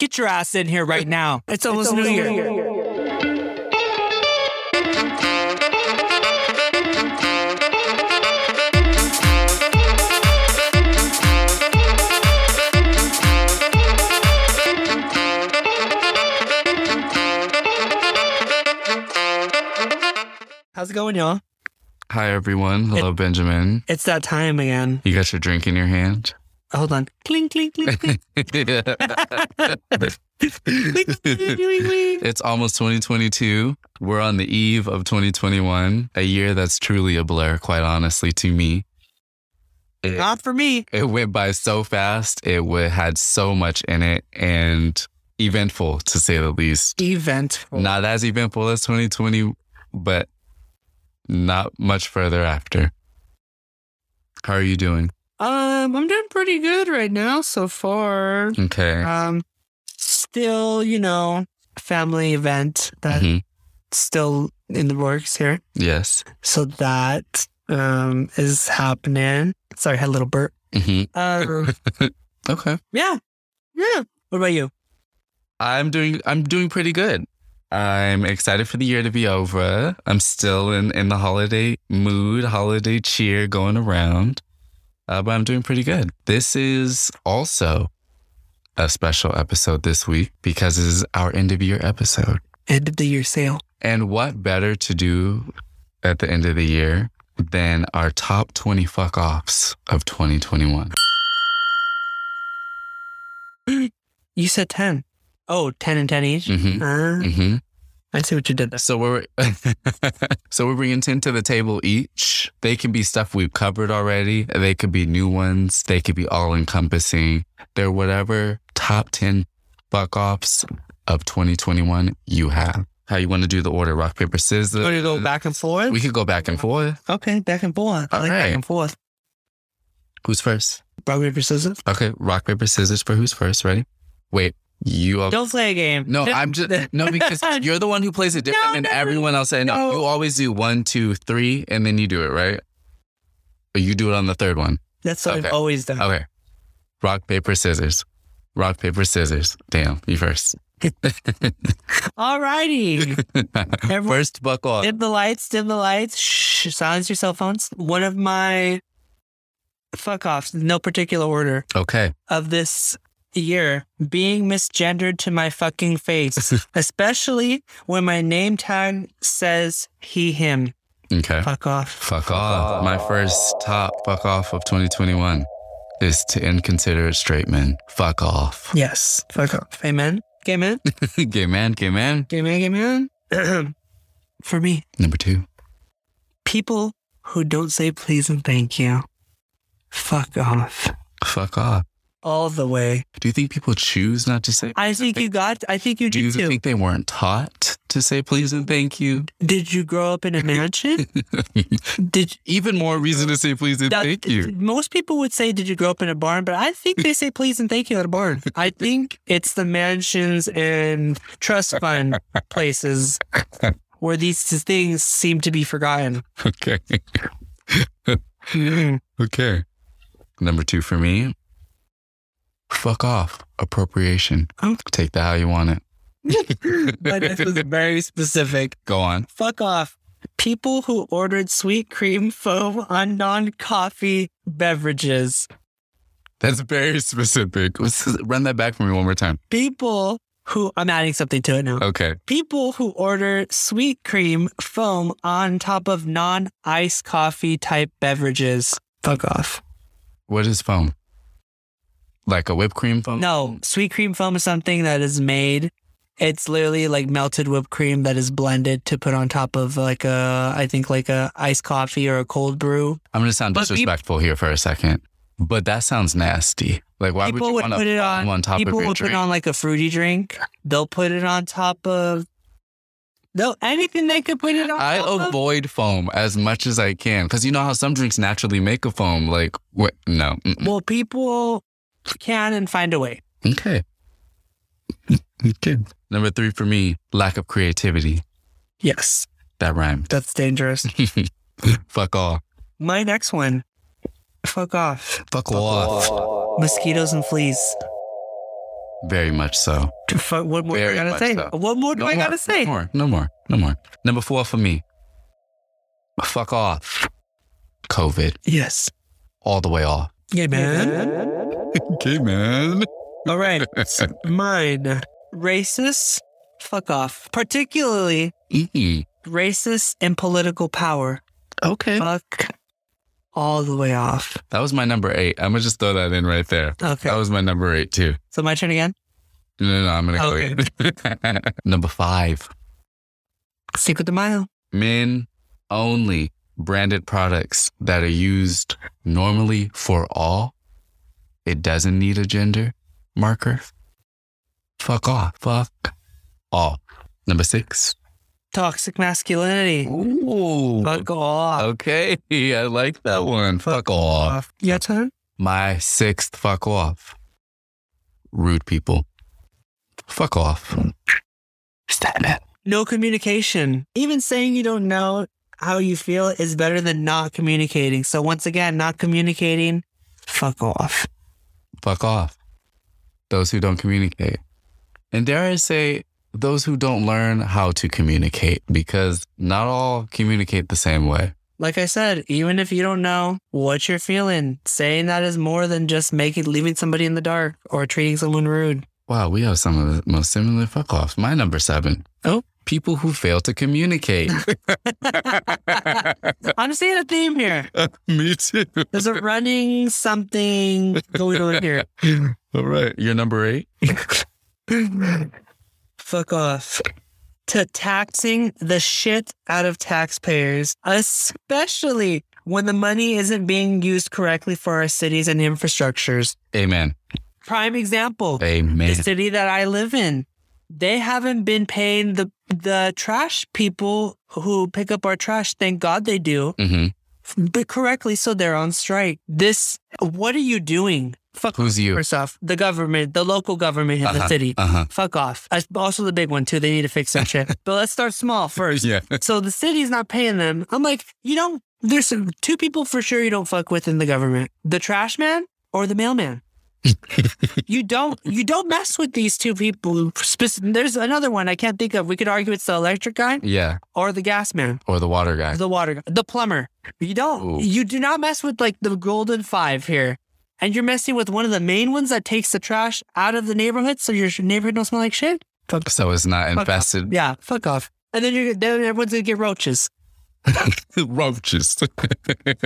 Get your ass in here right now. It's almost, New, Year. How's it going, y'all? Hi, everyone. Hello, Benjamin. It's that time again. You got your drink in your hand? Hold on. Clink, clink, clink, clink. it's almost 2022. We're on the eve of 2021, a year that's truly a blur, quite honestly, to me. It, Not for me. it went by so fast. It w- had so much in it and eventful, to say the least. Eventful. Not as eventful as 2020, but not much further after. How are you doing? Um, I'm doing pretty good right now so far. Okay. Um, still, you know, family event that's Mhm. still in the works here. Yes. So that um is happening. Sorry, I had a little burp. hmm Uh, Okay. yeah, yeah. What about you? I'm doing I'm doing pretty good. I'm excited for the year to be over. I'm still in, in the holiday mood, holiday cheer going around. Uh, but I'm doing pretty good. This is also a special episode this week because it is our end of year episode. End of the year sale. And what better to do at the end of the year than our top 20 fuck offs of 2021? You said ten. Oh, 10 and ten each. hmm Uh, hmm I see what you did there. So we're so we're bringing ten to the table each. They can be stuff we've covered already. They could be new ones. They could be all encompassing. They're whatever top ten buck offs of 2021 you have. How you want to do the order? Rock paper You want scissors. to go back and forth? We could go back and forth. okay, back and forth. I All like right. back and forth. Who's first? Rock, paper, scissors. Okay, rock paper scissors for who's first. Ready? Wait, you. All- Don't play a game. no, I'm just no because you're the one who plays it different No, than no, everyone else. And no. you always do one, two, three, and then you do it right. Or you do it on the third one. That's what Okay. I've always done. Okay. Rock paper scissors. Rock paper scissors. Damn, you first. Alrighty. Everyone- first buck off. dim the lights, dim the lights. Shh, silence your cell phones. One of my fuck offs, no particular order, Okay. of this year being misgendered to my fucking face, especially when my name tag says he, him. Okay. Fuck off. Fuck off. My first top fuck off of 2021 is to inconsiderate straight men. Fuck off. Yes. Fuck off. Amen. Gay man. gay man, gay man. Gay man, gay man. For me, Number two. people who don't say please and thank you. Fuck off. Fuck off. All the way. Do you think people choose not to say I think you got. I think you Do you did too. think they weren't taught to say please and thank you? did you grow up in a mansion? did Even more reason to say please and that- thank you. Most people would say, "Did you grow up in a barn?" But I think they say "please" and "thank you" at a barn. I think it's the mansions and trust fund places where these things seem to be forgotten. Okay. Okay. Number two for me. Fuck off. Appropriation. Oh. Take that how you want it. but this was very specific. Go on. Fuck off. People who ordered sweet cream foam on non-coffee beverages. That's very specific. Let's just Run that back for me one more time. People who I'm adding something to it now. Okay. people who order sweet cream foam on top of non ice coffee type beverages. Fuck off. What is foam? Like a whipped cream foam? No, sweet cream foam is something that is made. It's literally like melted whipped cream that is blended to put on top of like a, I think like a iced coffee or a cold brew. I'm going to sound But peop- disrespectful here for a second, but that sounds nasty. Like, why would people you would want put it on. foam on top people of your would drink? put on like a fruity drink. They'll put it on top of. No, anything they could put it on. I top of. avoid foam as much as I can because you know how some drinks naturally make a foam. Like, what? No. mm, Mm-mm. Well, people can and find a way. Okay. okay. Number three for me, lack of creativity. Yes, That rhymed. that's dangerous. Fuck off. My next one. Fuck off. Fuck, off. Mosquitoes and fleas. Very much so. To fu- What more Very I gotta much say? so. What more do No I more, gotta say? No more. No more. No more. Number four for me. Fuck off. COVID. Yes. All the way off. Yeah, man. Okay, man. All right. Mine. Racist. Fuck off. Particularly Mm, racist and political power. okay. Fuck all the way off. That was my number eight. I'm going to just throw that in right there. Okay. That was my number eight, too. So my turn again. No, no, no I'm going to go. number five. Cinco de Mayo. men only branded products that are used normally for all. It doesn't need a gender marker. Fuck off. Fuck all. Number six. Toxic masculinity. Ooh. Fuck off. Okay. I like that one. Fuck off. off. Your turn. My sixth fuck off. Rude people. Fuck off. Is that it? No communication. Even saying you don't know how you feel is better than not communicating. So once again, not communicating. Fuck off. fuck off. Those who don't communicate. And dare I say, those who don't learn how to communicate because not all communicate the same way. Like I said, even if you don't know what you're feeling, saying that is more than just making leaving somebody in the dark or treating someone rude. Wow, we have some of the most similar fuck offs. My number seven. Oh. People who fail to communicate. I'm seeing a theme here. Me too. There's a running something going on here. All right. You're number eight? Fuck off. To taxing the shit out of taxpayers, especially when the money isn't being used correctly for our cities and infrastructures. Amen. Prime example Amen. the city that I live in. They haven't been paying the the trash people who pick up our trash. Thank God they do, hmm but correctly. So they're on strike. This, what are you doing? Fuck Who's you? first off, the government, the local government in the city. Uh huh. Fuck off. That's Also, the big one too. They need to fix that shit. But let's start small first. Yeah. So the city's not paying them. I'm like, you don't. There's some, two people for sure you don't fuck with in the government: the trash man or the mailman. you don't. You don't mess with these two people. Spec- There's another one I can't think of. We could argue it's the electric guy Yeah. or the gas man, Or the water guy. the water, guy, the plumber. You don't. Ooh. You do not mess with like the golden five here. And you're messing with one of the main ones that takes the trash out of the neighborhood, so your neighborhood don't smell like shit. So it's not off. infested. Yeah, fuck off. And then you're then everyone's gonna get roaches. Roaches.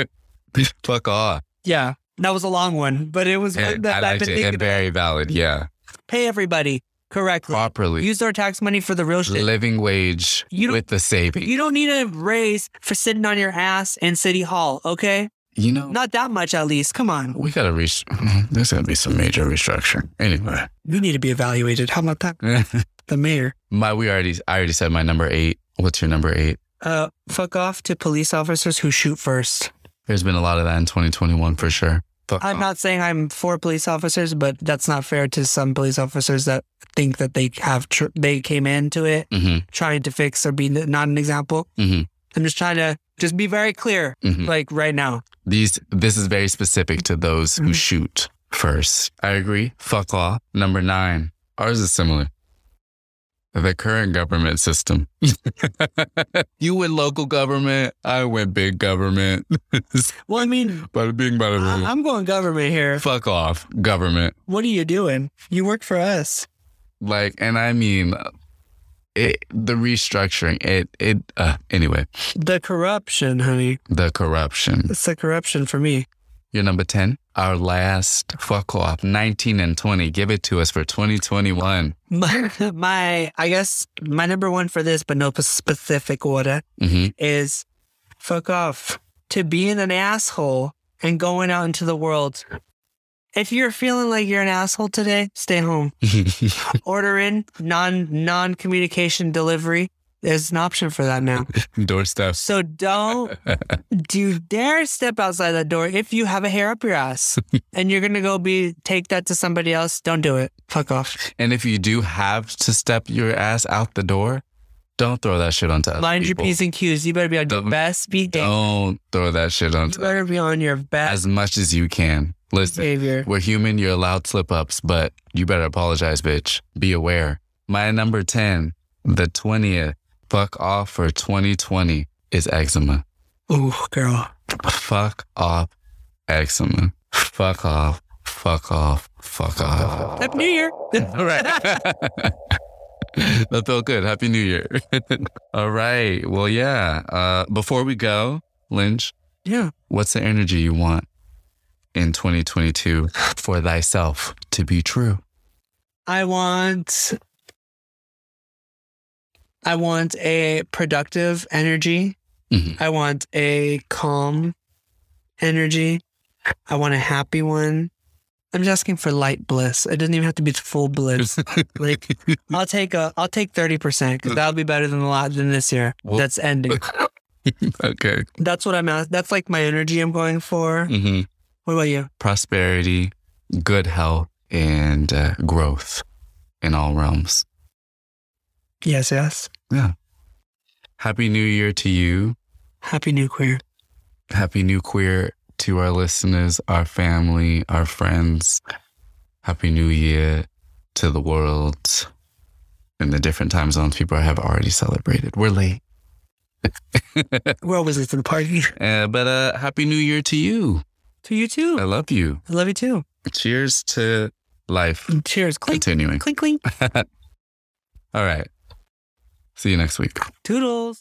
fuck off. Yeah, that was a long one, but it was Yeah, one that I I've liked been it. thinking. And very valid. Yeah. Pay everybody correctly. Properly. Use our tax money for the real shit. Living wage You don't- with the saving. you don't need a raise for sitting on your ass in City Hall, okay? You know, Not that much, at least. Come on. we got to reach. There's going to be some major restructuring. Anyway. You need to be evaluated. How about that? The mayor. my, we already, I already said my number eight. What's your number eight? Uh, fuck off to police officers who shoot first. There's been a lot of that in 2021 for sure. Fuck I'm off. not saying I'm for police officers, but that's not fair to some police officers that think that they have tr- they came into it Mhm, trying to fix or be n- not an example. mhm, I'm just trying to just be very clear, mhm. like right now. These, this is very specific to those who Mhm. shoot first. I agree. Fuck off. Number nine. Ours is similar. The current government system. you went local government. I went big government. Well, I mean, Bada bing, bada boom. I- I'm going government here. Fuck off, government. What are you doing? You work for us. Like, and I mean, it, the restructuring. It, it. Uh, anyway, The corruption, honey. the corruption. It's the corruption for me. You're number ten. Our last fuck off. Nineteen and twenty. Give it to us for 2021. My, my I guess my number one for this, but no p- specific order, hmm is fuck off to being an asshole and going out into the world. If you're feeling like you're an asshole today, stay home. Order in non non communication delivery. There's an option for that now. Doorstep. So don't do you dare step outside that door if you have a hair up your ass and you're gonna go be take that to somebody else. Don't do it. Fuck off. And if you do have to step your ass out the door, Don't throw that shit onto other Mind people. your P's and Q's. You better be on Don't- your best behavior. Don't throw that shit You onto better be on your best as much as you can. Listen, behavior. We're human. You're allowed slip ups, but you better apologize, bitch. Be aware. My number 10, the 20th, fuck off for 2020 is eczema. Ooh, girl. Fuck off, eczema. Fuck off, fuck off, fuck off. Happy New Year. All right. that felt good. Happy New Year. All right. Well, yeah. Uh, before we go, Lynch, yeah. what's the energy you want in 2022 for thyself to be true? I want I want a productive energy. Mhm. I want a calm energy. I want a happy one. I'm just asking for light bliss. It doesn't even have to be full bliss. like I'll take a I'll take 30% because that'll be better than a lot than this year. Well- that's ending. okay. That's what I'm at. That's like my energy I'm going for. hmm What about you? Prosperity, good health, and uh, growth in all realms. Yes, yes. Happy New Year to you. Happy New Queer. Happy New Queer to our listeners, our family, our friends. Happy New Year to the world in the different time zones people have already celebrated. We're late. We're always late to the party. Uh, but uh, Happy New Year to you. to you too. I love you. I love you too. Cheers to life. Cheers. Clink, Continuing. clink, clink. All right. See you next week. Toodles.